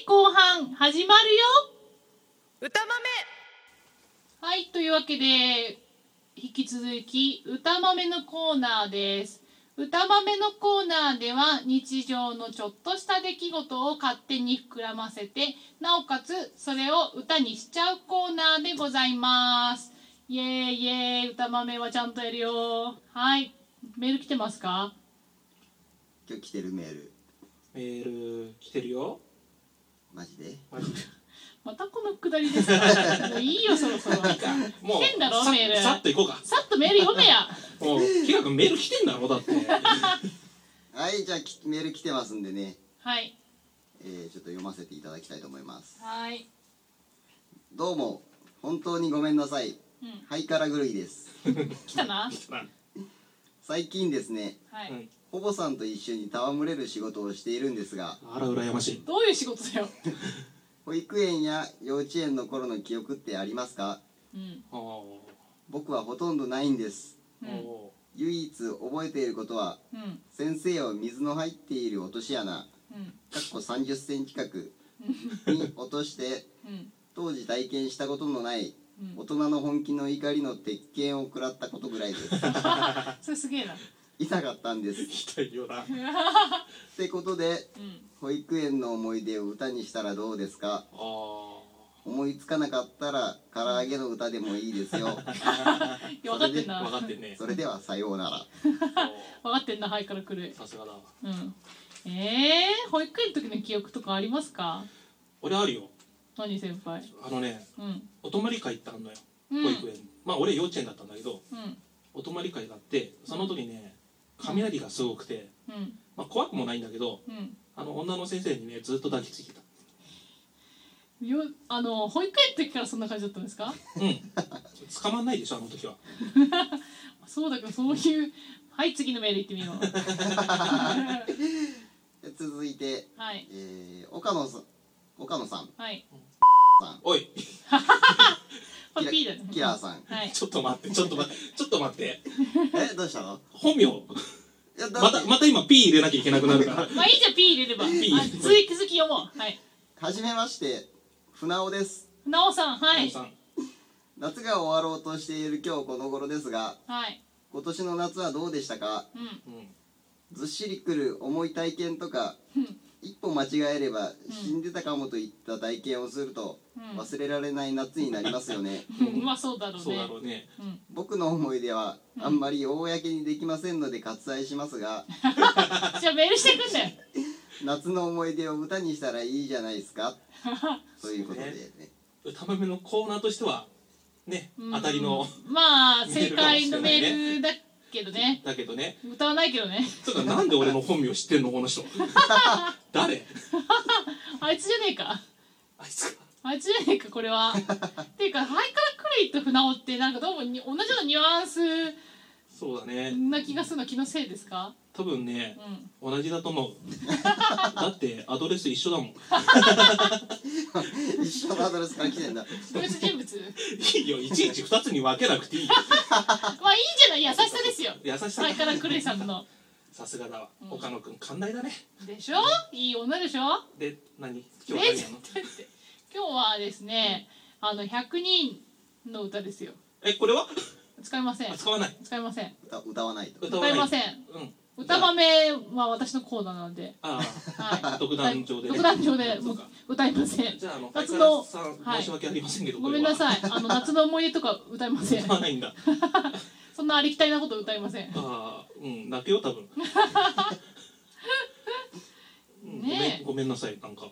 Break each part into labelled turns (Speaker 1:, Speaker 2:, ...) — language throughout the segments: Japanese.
Speaker 1: い、後半始まるよ
Speaker 2: 歌豆
Speaker 1: はい、というわけで、引き続き、歌豆のコーナーです。歌豆のコーナーでは、日常のちょっとした出来事を勝手に膨らませて、なおかつ、それを歌にしちゃうコーナーでございます。イエーイイエーイ、歌豆はちゃんとやるよ。はい、メール来てますか
Speaker 3: 今日来てるメール
Speaker 4: メール来てるよ
Speaker 3: マジで
Speaker 4: マジで
Speaker 1: またこのくだりです かもういいよ、そろそろ。
Speaker 4: もう
Speaker 1: 来てんだろ
Speaker 4: さ
Speaker 1: メール
Speaker 4: さっと行こうか
Speaker 1: さっとメール読めや。
Speaker 4: もうキラ君メール来てんだ ろだって
Speaker 3: はいじゃあきメール来てますんでね、
Speaker 1: はい、
Speaker 3: えーちょっと読ませていただきたいと思います
Speaker 1: はい。
Speaker 3: どうも本当にごめんなさい
Speaker 1: うん、
Speaker 3: ハイカラ狂いです
Speaker 1: 来たな。
Speaker 3: 最近ですね
Speaker 1: はい。
Speaker 4: はい
Speaker 3: ほぼさんと一緒に戯れる仕事をしているんですが
Speaker 4: あら羨ましい
Speaker 1: どういう仕事だよ。
Speaker 3: 保育園や幼稚園の頃の記憶ってありますか
Speaker 1: うん。
Speaker 4: あー
Speaker 3: 僕はほとんどないんです
Speaker 1: うん。
Speaker 4: お
Speaker 3: 唯一覚えていることは
Speaker 1: うん。
Speaker 3: 先生を水の入っている落とし穴
Speaker 1: うん。
Speaker 3: かっこ30センチ角に落として
Speaker 1: うん。
Speaker 3: 当時体験したことのない
Speaker 1: うん
Speaker 3: 大。人の本気の怒りの鉄拳を食らったことぐらいです
Speaker 1: それすげえな。
Speaker 3: 痛かったんです
Speaker 4: ーひどいよな
Speaker 3: ってことで
Speaker 1: うん。
Speaker 3: 保育園の思い出を歌にしたらどうですか
Speaker 4: あー
Speaker 3: 思いつかなかったら唐揚げの歌でもいいですよ
Speaker 1: いや、分かってんな。
Speaker 4: 分
Speaker 1: 分
Speaker 4: かって んね
Speaker 3: それではさようなら
Speaker 1: かってんな、はいから来る。
Speaker 4: さすがだわ
Speaker 1: うん。ええー、保育園の時の記憶とかありますか。
Speaker 4: 俺あるよ
Speaker 1: 何先輩。
Speaker 4: あのね
Speaker 1: うん。
Speaker 4: お泊まり会ってあんのよ
Speaker 1: うん。
Speaker 4: 保育園、まあ俺幼稚園だったんだけど
Speaker 1: うん。
Speaker 4: お泊まり会があってその時ね雷がすごくて、
Speaker 1: うん。
Speaker 4: まあ、怖くもないんだけど
Speaker 1: うん。
Speaker 4: あの女の先生にねずっと抱きついてた
Speaker 1: よ、あの、保育園の時からそんな感じだったんですか。
Speaker 4: うん捕まんないでしょあの時は
Speaker 1: そうだけど、そういう。はい、次のメール行ってみよう。
Speaker 3: で続いて、
Speaker 1: はい。
Speaker 3: えー、岡野さん岡野さん
Speaker 1: はい。
Speaker 3: さん
Speaker 4: おい
Speaker 1: これ P
Speaker 3: キ
Speaker 1: だ
Speaker 3: ラ
Speaker 1: ね。
Speaker 3: キラーさん
Speaker 1: はい。
Speaker 4: ちょっと待ってちょっと待ってちょっと待って
Speaker 3: えどうしたの
Speaker 4: 本名
Speaker 3: いやだ
Speaker 4: ま
Speaker 3: って
Speaker 4: たまた今 P 入れなきゃいけなくなるから
Speaker 1: まあ、いいじゃん、P 入れれば。あ
Speaker 4: P
Speaker 1: 続き続き読もう。はい。
Speaker 3: はじめまして船尾です
Speaker 1: なおさん、はい。
Speaker 4: さん
Speaker 3: 夏が終わろうとしている今日この頃ですが
Speaker 1: はい。
Speaker 3: 今年の夏はどうでしたか
Speaker 1: うん。
Speaker 4: うん
Speaker 3: ずっしりくる重い体験とか
Speaker 1: うん
Speaker 3: 一歩間違えれば死んでたかもといった体験をすると
Speaker 1: うん
Speaker 3: 忘れられない夏になりますよ ね
Speaker 1: うんまあそうだろうね。
Speaker 4: そうだろうね
Speaker 1: うん。
Speaker 3: 僕の思い出は
Speaker 1: うん
Speaker 3: あんまり公にできませんので割愛しますが
Speaker 1: じゃあメールしてくんだよ。
Speaker 3: 夏の思い出を歌にしたらいいじゃないで すかということでね
Speaker 4: 歌豆のコーナーとしてはね
Speaker 1: うん
Speaker 4: 当たりの。
Speaker 1: まあ正解のメールだけどね。
Speaker 4: だけどね
Speaker 1: 歌わないけどね。
Speaker 4: つうかなんで俺の本名知ってんのこの 人誰
Speaker 1: あいつじゃねえか。
Speaker 4: あいつか
Speaker 1: あいつじゃねえかこれ は。っていうかハイカラクレイと船尾ってなんかどうもに同じようなニュアンス
Speaker 4: そうだね
Speaker 1: な気がするの気のせいですか。
Speaker 4: 多分ね
Speaker 1: うん。
Speaker 4: 同じだと思うだってアドレス一緒だもん
Speaker 3: 一緒のアドレスから来てんだ
Speaker 1: 同一人物。
Speaker 4: いいよいちいち二つに分けなくていいよ
Speaker 1: まあいいんじゃない優しさですよ。
Speaker 4: 優しさ
Speaker 1: ハイカ
Speaker 4: だ
Speaker 1: ラクレイさんの。
Speaker 4: さすがだわ、
Speaker 1: うん
Speaker 4: 岡野くん寛大だね
Speaker 1: でしょ。いい女でしょ。
Speaker 4: で何今日
Speaker 1: え
Speaker 4: は
Speaker 1: ちょっ
Speaker 4: 何やんの
Speaker 1: と待って今日はですね、あの100人の歌ですよ
Speaker 4: えこれは
Speaker 1: 使いません
Speaker 4: あ使わない
Speaker 1: 使いません
Speaker 3: 歌歌 わないと
Speaker 4: 歌わ
Speaker 1: 歌
Speaker 4: ない
Speaker 1: いません
Speaker 4: うん
Speaker 1: 歌豆は私のコーナーなので、
Speaker 4: あ
Speaker 1: は
Speaker 4: あ 独断上で
Speaker 1: い、独断上で
Speaker 4: そう
Speaker 1: も
Speaker 4: か
Speaker 1: う歌いません
Speaker 4: じゃああの
Speaker 1: 夏の
Speaker 4: 相変わらずさん
Speaker 1: はい
Speaker 4: 申し訳ありませんけど、
Speaker 1: ごめんな
Speaker 4: こ
Speaker 1: さいあの夏の思い出とか歌いませ
Speaker 4: れ
Speaker 1: ん
Speaker 4: は歌わないんだ
Speaker 1: そんなありきたりなこと歌いません
Speaker 4: ああうん泣くよ 多分うんごめ
Speaker 1: ねえ
Speaker 4: んごめんなさいなんか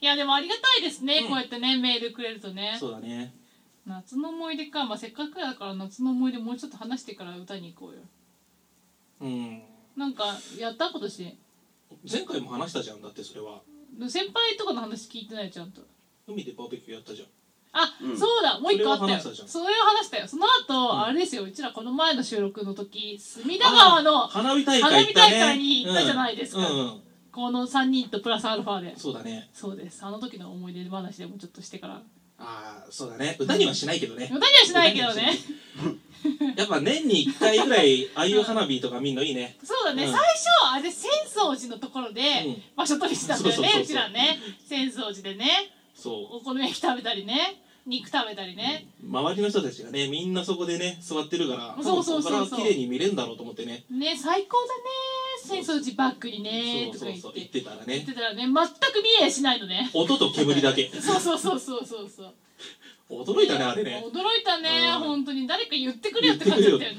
Speaker 1: いやでもありがたいですね、
Speaker 4: うん
Speaker 1: こうやってねメールくれるとね
Speaker 4: そうだね
Speaker 1: 夏の思い出か、まあ、せっかくだから夏の思い出もうちょっと話してから歌に行こうよ
Speaker 4: うん
Speaker 1: なんかやったことして
Speaker 4: 前回も話したじゃんだってそれは
Speaker 1: 先輩とかの話聞いてないちゃんと
Speaker 4: 海でバーベキューやったじゃん
Speaker 1: あ、
Speaker 3: うん
Speaker 1: そうだもう一個あったよ
Speaker 4: それを話したじゃん
Speaker 1: それを話したよその後、
Speaker 4: うん
Speaker 1: あれですようちらこの前の収録の時隅田川の
Speaker 4: 花火大会行った
Speaker 1: 花
Speaker 4: ね
Speaker 1: 火大会に行ったじゃないですか
Speaker 4: うんうん
Speaker 1: この3人とプラスアルファで
Speaker 4: そうだね
Speaker 1: そうですあの時の思い出話でもちょっとしてから
Speaker 4: ああそうだね歌にはしないけどね
Speaker 1: 歌にはしないけどね
Speaker 4: やっぱ年に1回ぐらいああいう花火とか見んのいいね
Speaker 1: そうだね、
Speaker 4: うん
Speaker 1: 最初あれ浅草寺のところで
Speaker 4: うん
Speaker 1: 場所取りしたんだよね
Speaker 4: そうそうそうそう
Speaker 1: うちらね浅草寺でね
Speaker 4: そ
Speaker 1: お好み焼き食べたりね肉食べたりね、
Speaker 4: う周りの人たちがねみんなそこでね座ってるから
Speaker 1: そうそうそうそう
Speaker 4: 多分ここから綺麗に見れるんだろうと思ってね
Speaker 1: ね最高だね浅草寺バックにねとか
Speaker 4: そうそう
Speaker 1: 言
Speaker 4: そう
Speaker 1: って
Speaker 4: 言ってたら
Speaker 1: 言っ
Speaker 4: ね
Speaker 1: てたらね全く見えやしないのね
Speaker 4: 音と煙だけ
Speaker 1: そうそうそうそうそうそう
Speaker 4: 驚いたねあれ ね
Speaker 1: 驚いたね
Speaker 4: うん
Speaker 1: 本当に誰か言ってくれよって感じだったよ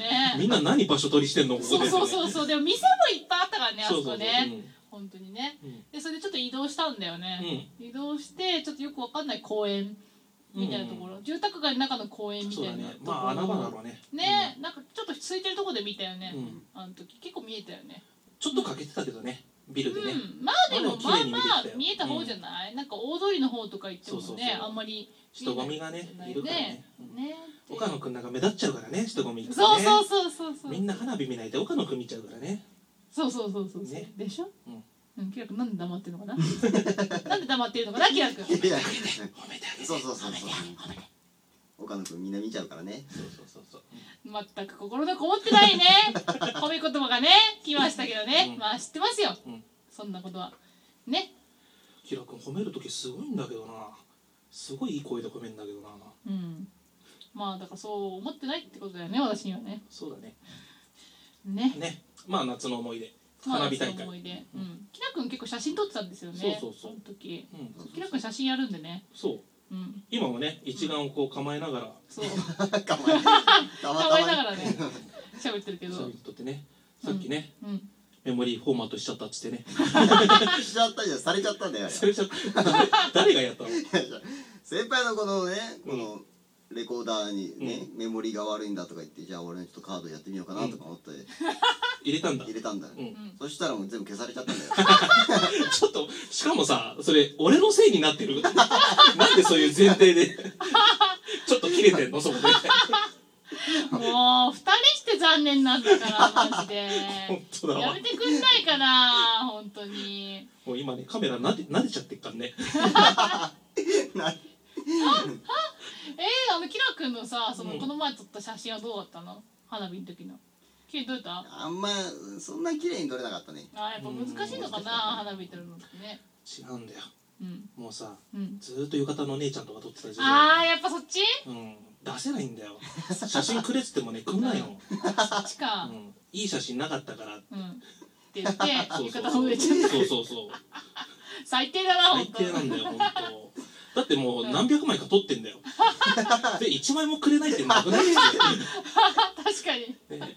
Speaker 1: ね
Speaker 4: みんな何場所取りしてんのここ
Speaker 1: そ
Speaker 4: で
Speaker 1: う
Speaker 4: ね
Speaker 1: そうそうそうでも店もいっぱいあったからねあ
Speaker 4: そ
Speaker 1: そう
Speaker 4: そ
Speaker 1: こ
Speaker 4: うそう
Speaker 1: ね本当にね
Speaker 4: うん
Speaker 1: でそれでちょっと移動したんだよね、
Speaker 4: うん
Speaker 1: 移動してちょっとよくわかんない公園みたいなところ、住宅街の中の公園みた
Speaker 4: そうだ
Speaker 1: い
Speaker 4: ね
Speaker 1: なところ
Speaker 4: まあ穴場だろうね
Speaker 1: ね、なんかちょっと空いてるとこで見たよね、
Speaker 4: うん
Speaker 1: あの時結構見えたよね
Speaker 4: ちょっと欠けてたけどねビルでね
Speaker 1: うんまあでも
Speaker 4: ま
Speaker 1: ま
Speaker 4: あ
Speaker 1: あ
Speaker 4: で
Speaker 1: ま
Speaker 4: も
Speaker 1: あ
Speaker 4: 綺麗に
Speaker 1: 見え
Speaker 4: 見えてたよ
Speaker 1: た方じゃない、なんか大通りの方とか行ってもね
Speaker 4: そうそうそう
Speaker 1: あんまり
Speaker 4: 人混みがね
Speaker 1: 見えない
Speaker 4: るからね
Speaker 1: ねね
Speaker 4: 岡野くんなんか目立っちゃうからね人混みがね
Speaker 1: そうそうそうそうそう
Speaker 4: みんな花火見ないで岡野くん見ちゃうからね
Speaker 1: そうそうそうそうそう、
Speaker 4: ね
Speaker 1: でしょ、
Speaker 4: うん
Speaker 1: うん、キラ君なんで黙ってるのかななんで黙って るのかなキラ君
Speaker 3: いやいや
Speaker 4: 褒めてあげて
Speaker 3: そうそうそうそう岡野君みんな見ちゃうか らね
Speaker 4: そうそうそうそう
Speaker 1: 全く心のこもってないね褒め言葉がね来ましたけどね、
Speaker 4: うん
Speaker 1: まあ知ってますよ、
Speaker 4: うん
Speaker 1: そんなことはね
Speaker 4: キラくん褒める時すごいんだけどなすごいいい声で褒めるんだけどな
Speaker 1: うんまあだからそう思ってないってことだよね私にはね
Speaker 4: そうだね
Speaker 1: ね
Speaker 4: ねまあ夏の思い出
Speaker 1: まあ
Speaker 4: 花火大
Speaker 1: その
Speaker 4: 会
Speaker 1: 思い出、う
Speaker 4: うん
Speaker 1: ん、キラ君結構写真撮ってたんですよね
Speaker 4: そうそうそう
Speaker 1: の時
Speaker 4: うん
Speaker 1: キラ君写真やるんでね
Speaker 4: そう
Speaker 1: うん
Speaker 4: 今もね一眼をこう構えながら
Speaker 1: そう
Speaker 3: かまえ
Speaker 1: た
Speaker 3: たまた
Speaker 1: ま
Speaker 3: ま
Speaker 1: り
Speaker 3: に
Speaker 1: ながらね喋ってるけど
Speaker 4: そういうとってねさっきね
Speaker 1: うん
Speaker 4: メモリーフォーマットしちゃったっつってね
Speaker 3: しちゃったじゃんされちゃったんだよあれ
Speaker 4: それじゃ 誰がやったの
Speaker 3: 先輩のこのねこのレコーダーにね、メモリが悪いんだとか言ってじゃあ俺のちょっとカードやってみようかなとか思って
Speaker 4: 入れたんだ
Speaker 3: 入れたんだよ、
Speaker 4: うん
Speaker 1: うん
Speaker 3: そしたらもう全部消されちゃったんだ よ
Speaker 4: ちょっと、しかもさ、それ、俺のせいになってるなんでそういう前 提で。ちょっと切れてんのそこで。
Speaker 1: もう二人して残念なんだからマジで
Speaker 4: 本当だわ
Speaker 1: やめてくんないかな本当に
Speaker 4: もう今ね、カメラなで、なでちゃってっからね。
Speaker 3: な
Speaker 1: えー、あのキラ君のさその、
Speaker 4: うん
Speaker 1: この前撮った写真はどうだったの花火の時のキラどうだった
Speaker 3: あんまそんな綺麗に撮れなかったね
Speaker 1: あーやっぱ難しいのかな
Speaker 4: うん
Speaker 1: 花火撮るのってね
Speaker 4: 違うんだよ。
Speaker 1: うん
Speaker 4: もうさ、
Speaker 1: うん
Speaker 4: ずーっと浴衣の姉ちゃんとか撮ってた時代。
Speaker 1: あーやっぱそっち
Speaker 4: うん。出せないんだよ。写真くれっつっ てもね、くんないの。
Speaker 1: そっち
Speaker 4: う
Speaker 1: か
Speaker 4: ん。いい写真なかったから。
Speaker 1: うん、って言って
Speaker 4: そう
Speaker 1: 浴
Speaker 4: そう
Speaker 1: 衣
Speaker 4: そ
Speaker 1: を
Speaker 4: う。
Speaker 1: 植えちゃった
Speaker 4: そうそうそう。
Speaker 1: 最低だな本
Speaker 4: 最
Speaker 1: 当
Speaker 4: 低なんだよ、本当。だってもう何百枚か撮ってんだよ。で、一枚もくれないってなくない
Speaker 1: 確かに
Speaker 4: ね
Speaker 1: そういう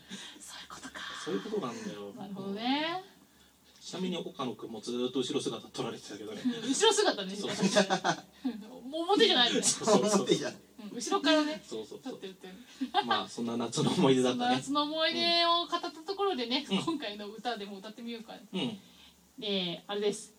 Speaker 1: ことか
Speaker 4: そういうことなんだよ。
Speaker 1: なるほどね
Speaker 4: ちなみに岡野くんもずーっと後ろ姿撮られてた けどね
Speaker 1: うん後ろ姿ね
Speaker 4: そう
Speaker 1: うん表じゃないのね
Speaker 4: そうそう
Speaker 3: 思ってじゃん
Speaker 1: うん後ろからね
Speaker 4: そうそう
Speaker 1: 撮
Speaker 4: そ
Speaker 1: ってるって
Speaker 4: うまあそんな夏の思い出だ
Speaker 1: そ
Speaker 4: っ
Speaker 1: ん
Speaker 4: た
Speaker 1: な
Speaker 4: ね
Speaker 1: 夏の思い出を語ったところでね、
Speaker 4: うん
Speaker 1: 今回の歌でも歌ってみようか
Speaker 4: うん
Speaker 1: えーあれです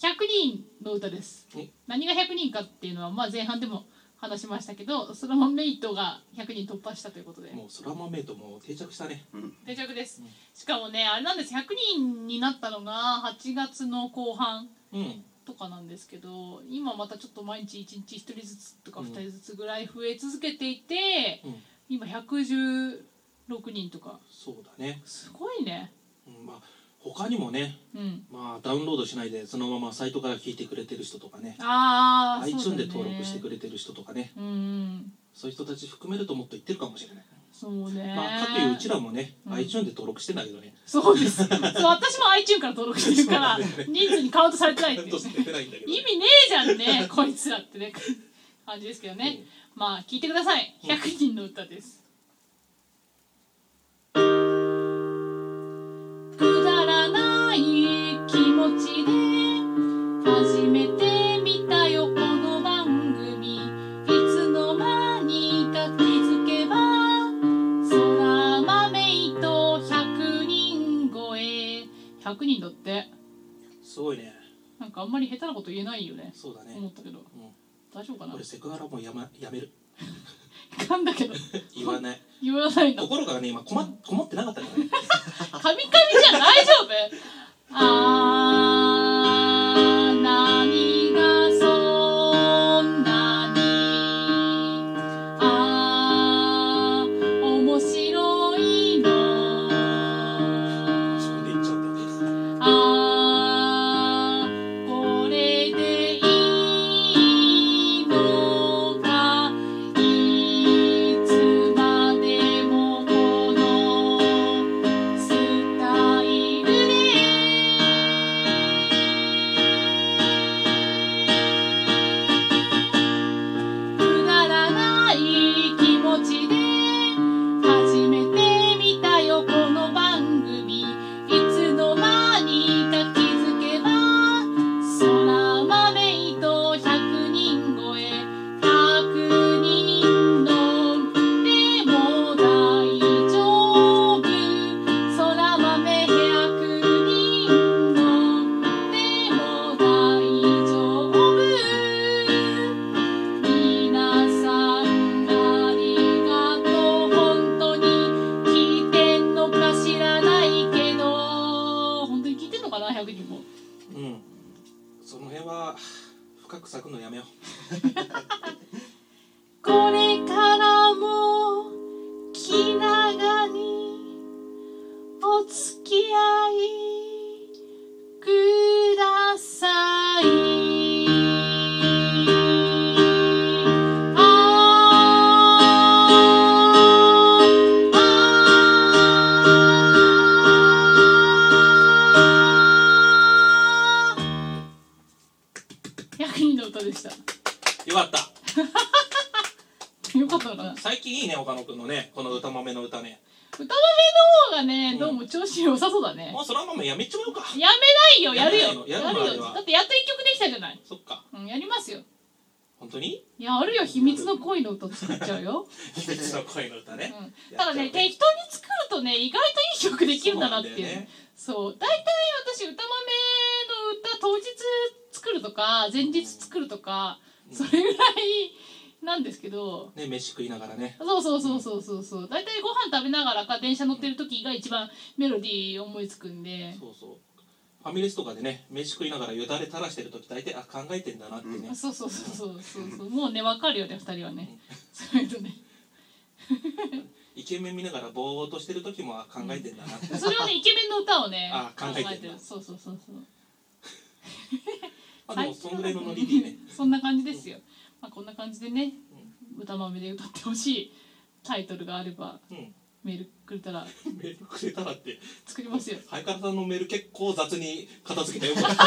Speaker 1: 100人の歌です
Speaker 4: え
Speaker 1: 何が100人かっていうのは、まあ、前半でも話しましたけどそのままメイトが100人突破したということで
Speaker 4: もう空豆ともう定着したね
Speaker 3: うん
Speaker 1: 定着です、
Speaker 4: うん
Speaker 1: しかもねあれなんです100人になったのが8月の後半
Speaker 4: うん
Speaker 1: とかなんですけど今またちょっと毎日1日1人ずつとか2人ずつぐらい増え続けていて、
Speaker 4: うん
Speaker 1: 今116人とか
Speaker 4: そうだね、
Speaker 1: すごいね
Speaker 4: うん、まあ他にもね
Speaker 1: うん
Speaker 4: まあダウンロードしないでそのままサイトから聞いてくれてる人とかね
Speaker 1: ああ
Speaker 4: iTune で登録してく
Speaker 1: れ
Speaker 4: れてる人とかね
Speaker 1: うんうん
Speaker 4: そういう人たち含めるともっと言ってるかもしれない、
Speaker 1: そうね
Speaker 4: まあかといううちらもね、
Speaker 1: うん
Speaker 4: iTune で登録してんだけどね
Speaker 1: そうです。そう、私も iTune から登録してるから、
Speaker 4: そうなんだよね
Speaker 1: 人数にカウントされてない
Speaker 4: ち
Speaker 1: っ
Speaker 4: ゃ
Speaker 1: て
Speaker 4: ん
Speaker 1: い
Speaker 4: と
Speaker 1: う
Speaker 4: 捨
Speaker 1: ね。
Speaker 4: ててないんだけど、
Speaker 1: 意
Speaker 4: ね、
Speaker 1: 味ねえじゃん ね、こいつらってね、感じですけどね。まあ、聞いてください。100人の歌です。くだらない気持ちで初めて見たよ、この番組。いつの間にか気づけば空豆糸100人超え100人だって
Speaker 4: すごいね
Speaker 1: なんかあんまり下手なこと言えないよね
Speaker 4: そうだね
Speaker 1: 思ったけど
Speaker 4: う
Speaker 1: 大丈夫か
Speaker 4: ん
Speaker 1: な
Speaker 4: 俺セクハラもうや,、ま、やめる
Speaker 1: 噛んだけど
Speaker 4: 言わない
Speaker 1: 言わないの
Speaker 4: 心がね今困っ困ってなかったからね
Speaker 1: カミカミじゃん大丈夫あー波がそんなに
Speaker 4: その辺は深く咲くのやめよう
Speaker 1: これからも気長にお付き合いくださいあーあー100人の歌でした。
Speaker 4: よかった
Speaker 1: よかったかな。
Speaker 4: 最近いいね岡野くんのねこの歌豆の歌ね
Speaker 1: 歌豆の方がね、どうも調子良さそうだね。
Speaker 4: もうそら豆やめちまうか
Speaker 1: やめないよ、やるよ。
Speaker 4: や
Speaker 1: やる
Speaker 4: らないのやるのあれ
Speaker 1: よ
Speaker 4: は。
Speaker 1: だってやっと一曲できたじゃない。
Speaker 4: そっか
Speaker 1: うん、やりますよ。
Speaker 4: 本当に
Speaker 1: いや、あるよ、秘密の恋の歌作っちゃう よ。
Speaker 4: 秘密の声の歌
Speaker 1: う
Speaker 4: ね、
Speaker 1: ん、ただね、適当に作るとね、意外といい曲できるんだなっていう。そう,、大体私、歌豆の歌当日作るとか、前日作るとか、それぐらいなんですけど、
Speaker 4: ね飯食いながらね
Speaker 1: そうそうそうそうそうそう。大体ご飯食べながらか電車乗ってる時が一番メロディー思いつくんで。
Speaker 4: そうそうファミレスとかでね飯食いながらよだれ垂らしてる時大体あ考えてんだなってね、
Speaker 3: う ん
Speaker 1: そうそうそうそうそうそうもうねわかるよね二人はねそういうのね
Speaker 4: イケメン見ながらぼーっとしてる時もあ考えてんだなって、
Speaker 1: それは ねイケメンの歌をね
Speaker 4: あ考えてんだ
Speaker 1: そうそうそうそう
Speaker 4: あでもそんぐらいのノリでね
Speaker 1: そんな感じですよ、まあ、こんな感じでね歌豆で歌ってほしいタイトルがあれば
Speaker 4: うん
Speaker 1: メールくれたら
Speaker 4: メールくれたらって
Speaker 1: 作り ますよ
Speaker 4: ハイカラさんのメール結構雑に片付けたよ
Speaker 1: もっと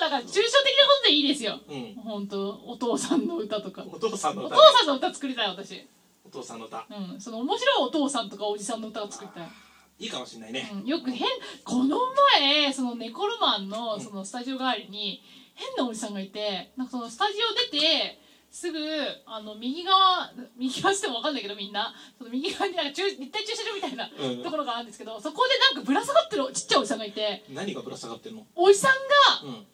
Speaker 1: だから抽象的なことでいいですよ
Speaker 4: うん
Speaker 1: 本当お父さんの歌とか
Speaker 4: お父さんの
Speaker 1: お
Speaker 4: 歌
Speaker 1: 父
Speaker 4: ね
Speaker 1: さんの歌作りたい私
Speaker 4: お父さんの歌
Speaker 1: うんその面白いお父さんとかおじさんの歌を作りたい
Speaker 4: いいかもしんないね、
Speaker 1: うんよく変この前そのネコロマンのそのスタジオ代わりに変なおじさんがいてなんかそのスタジオ出てすぐあの右側右側しても分かんないけどみんなその右側になんか駐立体駐車場みたいな
Speaker 4: うん
Speaker 1: ところがあるんですけど、そこでなんかぶら下がってるちっちゃいおじさんがいて
Speaker 4: 何がぶら下がってるの
Speaker 1: おじさんが
Speaker 4: うん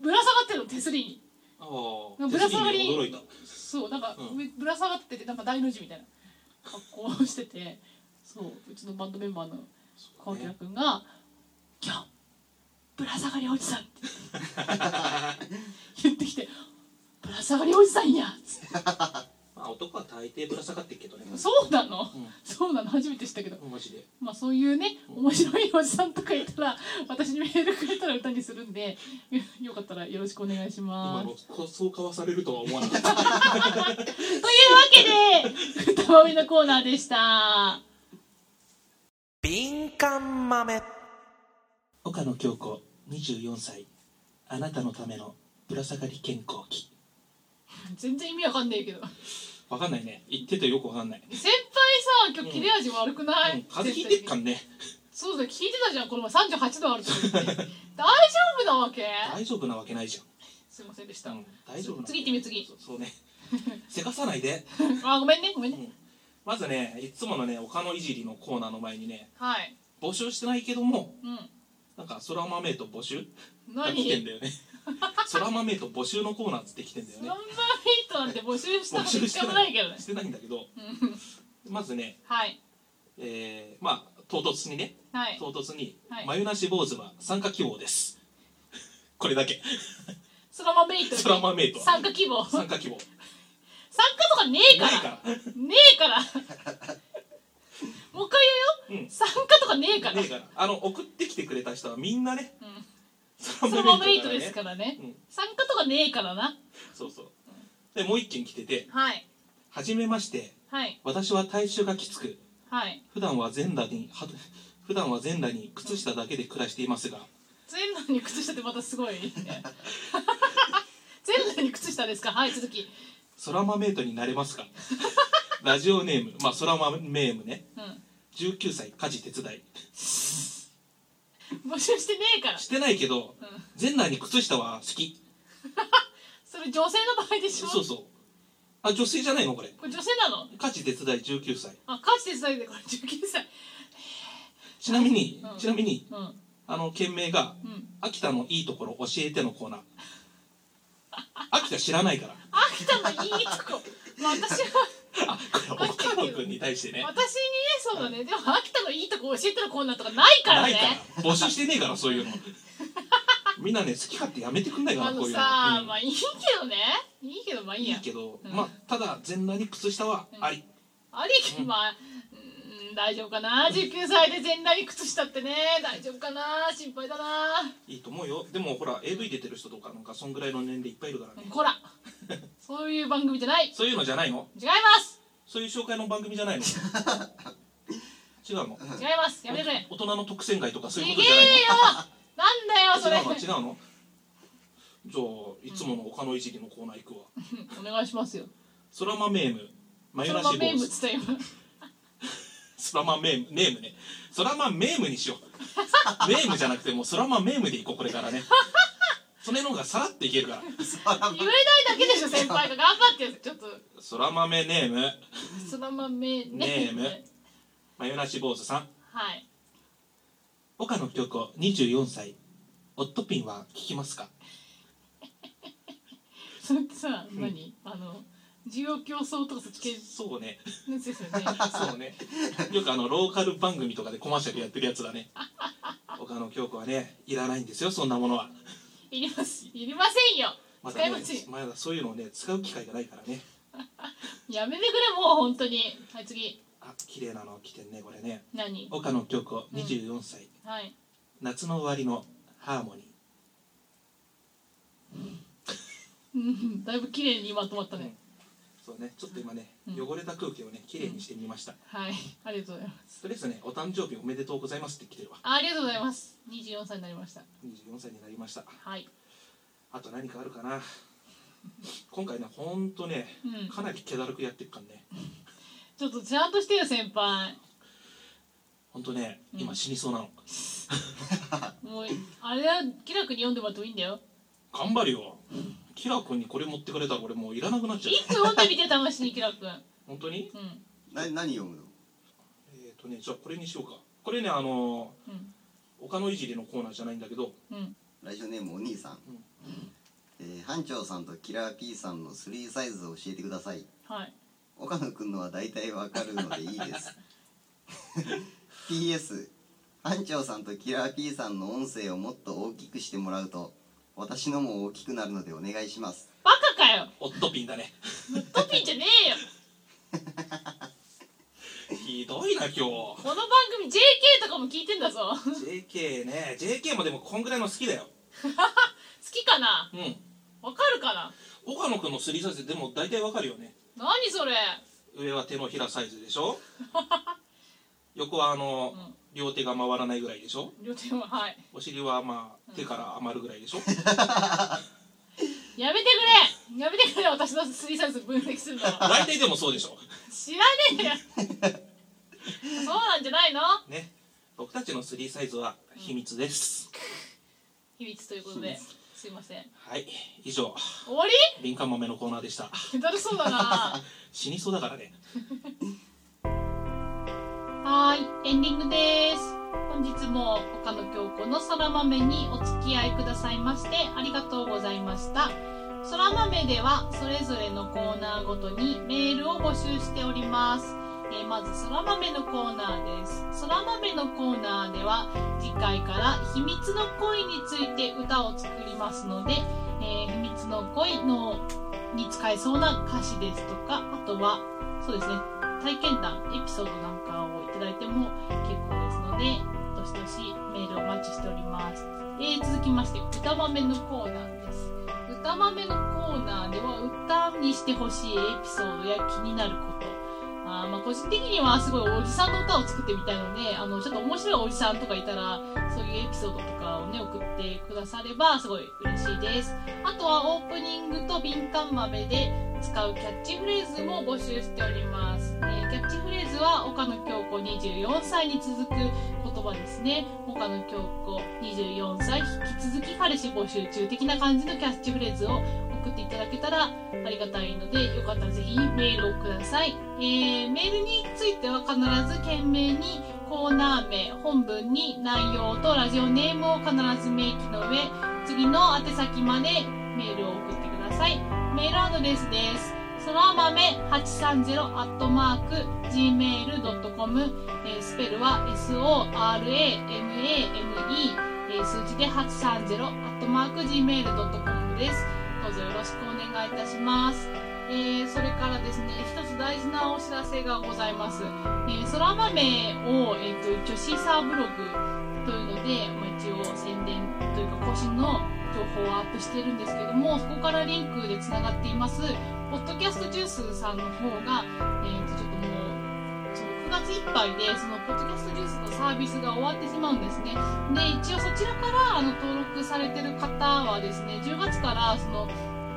Speaker 1: ぶら下がってるの手すりに
Speaker 4: あ
Speaker 1: な
Speaker 4: あ
Speaker 1: んかぶら下がり
Speaker 4: 手すに驚いた
Speaker 1: そうなんか、
Speaker 4: うん
Speaker 1: ぶら下がっててなんか大の字みたいな格好をしててそううちのバンドメンバーの川
Speaker 4: そう
Speaker 1: 平
Speaker 4: ね
Speaker 1: 君が「今日ぶら下がりおじ さん」って言ってきて「ぶら下がりおじさんや」つって
Speaker 4: まあ男は大抵ぶら下がってるけどね
Speaker 1: そうなの、
Speaker 4: ん
Speaker 1: そうなの初めて知ったけど、
Speaker 4: マジで
Speaker 1: まあそういうね面白いおじさんとかいたら私にメールくれたら歌にするんでよかったらよろしくお願いし
Speaker 4: 今
Speaker 1: ます。
Speaker 4: のこそうかわされるとは思わなかった
Speaker 1: というわけで「歌まみ」のコーナーでした。
Speaker 2: 敏感豆
Speaker 4: 岡野京子24歳あなたのためのぶら下がり健康期
Speaker 1: 全然意味わかんないけど
Speaker 4: わかんないね言っててよくわかんない、
Speaker 1: 先輩さ今日切れ味悪くない、
Speaker 4: うん、風邪ひいてっかんね
Speaker 1: そうだよ聞いてたじゃんこの前38度あるとか 言って大丈夫なわけ
Speaker 4: 大丈夫なわけないじ
Speaker 1: すいませんでし
Speaker 4: ゃ
Speaker 1: た、
Speaker 4: ん、うん、大丈夫なわけ
Speaker 1: 次行ってみよう次
Speaker 4: そうそうねせかさないで
Speaker 1: あごめんねごめんね、
Speaker 4: まずねいつものね岡野いじりのコーナーの前にね
Speaker 1: はい
Speaker 4: 募集してないけども
Speaker 1: うん
Speaker 4: なんか空豆と募集が
Speaker 1: 何
Speaker 4: 来てんだよね 空豆と募集のコーナーっつって来てんだよ
Speaker 1: ナン
Speaker 4: ね
Speaker 1: バーヒットなんて募集した
Speaker 4: 募
Speaker 1: こと一
Speaker 4: 集して
Speaker 1: 回もないけどね
Speaker 4: してないんだけど
Speaker 1: うん
Speaker 4: まずね
Speaker 1: はい
Speaker 4: えー、まあ唐突にね
Speaker 1: はい
Speaker 4: 唐突に
Speaker 1: はい
Speaker 4: 「眉なし坊主は参加希望です」 これだけ
Speaker 1: そのまメイト
Speaker 4: そら豆と
Speaker 1: 参加希望参
Speaker 4: 参加希望
Speaker 1: 加とかねえか
Speaker 4: な
Speaker 1: ら
Speaker 4: いから
Speaker 1: ねえからもう一回言うよ、
Speaker 4: うん
Speaker 1: 参加とかねえから
Speaker 4: ねえからあの送ってきてくれた人はみんなね
Speaker 1: うん
Speaker 4: そ
Speaker 1: そのままメイトですからね、
Speaker 4: うん
Speaker 1: 参加とかねえからな
Speaker 4: そうそうでもう一件来てて
Speaker 1: はい
Speaker 4: 「はじめまして
Speaker 1: はい
Speaker 4: 私は体臭がきつく
Speaker 1: はい
Speaker 4: 普段は全裸には普段は全裸に靴下だけで暮らしていますが
Speaker 1: 全裸に靴下ってまたすごいね 全裸に靴下ですかはい続き
Speaker 4: そらまメイトになれま すかラジオネームまあそらまメームね
Speaker 1: うん
Speaker 4: 19歳家事手伝い
Speaker 1: 募集してねえから
Speaker 4: してないけど
Speaker 1: うん
Speaker 4: 全裸に靴下は好き
Speaker 1: それ女性の場合でしょ
Speaker 4: そうそうあ女性じゃないのこれ
Speaker 1: これ女性なの
Speaker 4: 家事手伝い19歳
Speaker 1: あ家事手伝いでこれ19歳
Speaker 4: ちなみに、
Speaker 1: うん
Speaker 4: ちなみに
Speaker 1: うん
Speaker 4: あの件名が
Speaker 1: うん
Speaker 4: 「秋田のいいところ教えて」の コーナー秋田知らないから
Speaker 1: 秋田のいいとこまあ私は
Speaker 4: あこれ岡野君に対してね
Speaker 1: 私にねそうだねでも秋田のいいとこ教えてるコーナーとかないから
Speaker 4: な
Speaker 1: ね
Speaker 4: いから募集してねえからそういうのみんなね好き勝手やめてくんないか
Speaker 1: あ
Speaker 4: なこ
Speaker 1: の
Speaker 4: ういうの
Speaker 1: さ、
Speaker 4: うん
Speaker 1: まあいいけどねいいけどまあいい
Speaker 4: い
Speaker 1: や
Speaker 4: いけど、
Speaker 1: うん
Speaker 4: まあただ全裸に靴下はあり、
Speaker 1: ありき、まあうん大丈夫かな19歳で全裸に靴下ってね大丈夫かな心配だない
Speaker 4: いと思うよでもほら AV 出てる人とかなんかそんぐらいの年齢いっぱいいるからね、
Speaker 1: こらそういう番組じゃない違い
Speaker 4: そういうのじゃないの
Speaker 1: ます
Speaker 4: そういう紹介の番組じゃ ないの違うの
Speaker 1: 違いますやめてくれ
Speaker 4: 大人の特選外とかそう
Speaker 1: ちげ
Speaker 4: いう
Speaker 1: え
Speaker 4: ことじゃないの
Speaker 1: よなんだよ
Speaker 4: 違うの
Speaker 1: そ
Speaker 4: 違
Speaker 1: れ
Speaker 4: うのじゃあいつもの岡野いじりのコーナー行くわ
Speaker 1: お願いしますよ
Speaker 4: そらまメームマ
Speaker 1: そ
Speaker 4: ヨ
Speaker 1: のま
Speaker 4: ラシ
Speaker 1: ま名
Speaker 4: 坊
Speaker 1: 物
Speaker 4: 主
Speaker 1: だよ今
Speaker 4: そらまメームネームねそらまメームにしよ うネームじゃなくてもうそらまメームでいこうこれからねそれの方がさらっていけるから
Speaker 1: 言えないだけでしょ先輩が頑張ってよちょっと
Speaker 4: そら豆ネーム
Speaker 1: そのまま名
Speaker 4: ネームマヨナシ坊主さん
Speaker 1: はい
Speaker 4: 岡野京子24歳オットピンは聞きますか
Speaker 1: それってさ何あの需要競争とかそっち系
Speaker 4: そう ね
Speaker 1: のやつですよね
Speaker 4: そうねよくあのローカル番組とかでコマーシャルやってるやつだね岡野京子はねいらないんですよそんなものはい
Speaker 1: りますいりませんよ
Speaker 4: ま
Speaker 1: 使
Speaker 4: だ
Speaker 1: いま
Speaker 4: ね
Speaker 1: せんよ
Speaker 4: まだそういうのをね使う機会がないからね
Speaker 1: やめてくれもう本当にはい次
Speaker 4: あ綺麗なの着てんねこれね
Speaker 1: 何
Speaker 4: 岡野京子24歳、
Speaker 1: はい
Speaker 4: 夏の終わりのハーモニー
Speaker 1: うんだいぶ綺麗にまとまったね
Speaker 4: そうねちょっと今ね、
Speaker 1: うん
Speaker 4: 汚れた空気をね綺麗にしてみました、
Speaker 1: はいありがとうございます
Speaker 4: とりあえずねお誕生日おめでとうございますって来てるわ
Speaker 1: ありがとうございます24歳になりました
Speaker 4: 24歳になりました
Speaker 1: はい
Speaker 4: あと何かあるかな今回ねほんとね
Speaker 1: うん
Speaker 4: かなり気だるくやっていくからね
Speaker 1: ちょっとちゃんとしてよ先輩
Speaker 4: ほんとね
Speaker 1: うん
Speaker 4: 今死にそうなの、
Speaker 1: もうあれは気楽に読んでもらってもいいんだよ
Speaker 4: 頑張るよキラ君にこれ持ってくれたら俺もういらなくなっちゃ
Speaker 1: いうつ読んでみて楽しいキラ君
Speaker 4: 本当に
Speaker 1: うん
Speaker 3: な何読むの
Speaker 4: えっ、とねじゃあこれにしようかこれねあの
Speaker 1: うん
Speaker 4: ー、岡野いじりのコーナーじゃないんだけど
Speaker 1: うん
Speaker 3: ラジオネームお兄さん、
Speaker 4: うん
Speaker 3: えー班長さんとキラー P さんの3サイズを教えてください
Speaker 1: はい
Speaker 3: 岡野くんのは大体わかるのでいいです PS 班長さんとキラー P さんの音声をもっと大きくしてもらうと私のも大きくなるのでお願いします
Speaker 1: バカかよ
Speaker 4: オットピンだね
Speaker 1: トピンじゃねえよ
Speaker 4: ひどいな今
Speaker 1: この番組 JK とかも聞いてんだぞ好
Speaker 4: 日 JK ね JK もでもこんぐらいの好きだよ
Speaker 1: きかな
Speaker 4: うん
Speaker 1: わかるかな
Speaker 4: 岡野君のスリーサイズでも大体わかるよね
Speaker 1: 何それ
Speaker 4: 上は手のひらサイズで しょ横はあの、
Speaker 1: うん
Speaker 4: 両手が回らないぐらいでしょ
Speaker 1: 両手ははい
Speaker 4: お尻はまあ手から余るぐらいでしょ、
Speaker 1: やめてくれやめてくれ私のスリーサイズ分析するのは
Speaker 4: 大体でもそうでしょ
Speaker 1: 知らねえ よそうなんじゃないの
Speaker 4: ね僕たちのスリーサイズは秘密です、
Speaker 1: 秘密ということですいません
Speaker 4: はい以上
Speaker 1: 終わ
Speaker 4: 敏感豆のコーナーでした
Speaker 1: りだるそうだな
Speaker 4: 死にそうだからね
Speaker 1: はーい、エンディングです。本日も岡野京子の空豆にお付き合いくださいましてありがとうございました。空豆ではそれぞれのコーナーごとにメールを募集しております。えーまず空豆のコーナーです。空豆のコーナーでは次回から秘密の恋について歌を作りますので、えー秘密の恋のに使えそうな歌詞ですとか、あとはそうですね、体験談エピソードなんかをいただいても結構ですのでどしどしメールお待ちしております、えー続きまして歌豆のコーナーです歌豆のコーナーでは歌にしてほしいエピソードや気になることあーまあ個人的にはすごいおじさんの歌を作ってみたいのであのちょっと面白いおじさんとかいたらそういうエピソードとかをね送ってくださればすごい嬉しいですあとはオープニングと敏感豆で使うキャッチフレーズも募集しております、えーキャッチフレーズは岡野京子24歳に続く言葉ですね岡野京子24歳引き続き彼氏募集中的な感じのキャッチフレーズを送っていただけたらありがたいのでよかったらぜひメールをください、えーメールについては必ず懸命にコーナー名本文に内容とラジオネームを必ず明記の上次の宛先までメールを送ってくださいメールアドレスです。そらまめ830アットマーク gmail.com、えースペルは soramamme、ええー数字で830アットマーク gmail.com ですどうぞよろしくお願いいたしますえーそれからですね一つ大事なお知らせがございますえーそら豆を、えー、と一応シーサーブログというので、まあ、一応宣伝というか更新の情報をアップしているんですけどもそこからリンクでつながっていますポッドキャストジュースさんの方が、えー、とちょっともうその9月いっぱいでそのポッドキャストジュースのサービスが終わってしまうんですねで一応そちらからあの登録されてる方はですね10月からその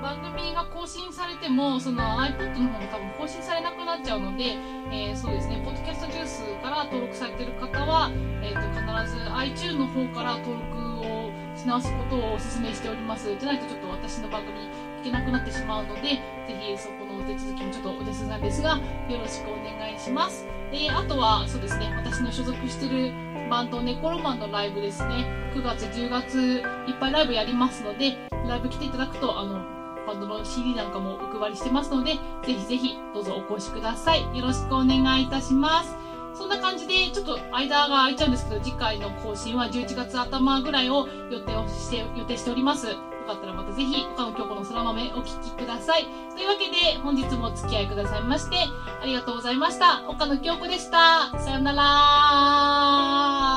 Speaker 1: 番組が更新されてもその iPod の方が多分更新されなくなっちゃうので、えーそうですねポッドキャストジュースから登録されてる方は、えー、と必ず iTune の方から登録をし直すことをお勧めしておりますじゃないとちょっと私の番組聞けなくなってしまうのでぜひそこのお手続きもちょっとお手数なんですがよろしくお願いしますえーあとはそうですね私の所属してるバンドネコロマンのライブですね9月10月いっぱいライブやりますのでライブ来ていただくとあのバンドの CD なんかもお配りしてますのでぜひぜひどうぞお越しくださいよろしくお願いいたしますそんな感じでちょっと間が空いちゃうんですけど次回の更新は11月頭ぐらいを予定をして予定しておりますよかったらまたぜひ岡野京子の空豆お聴きくださいというわけで本日もお付き合いくださいましてありがとうございました。岡野京子でした。さようなら。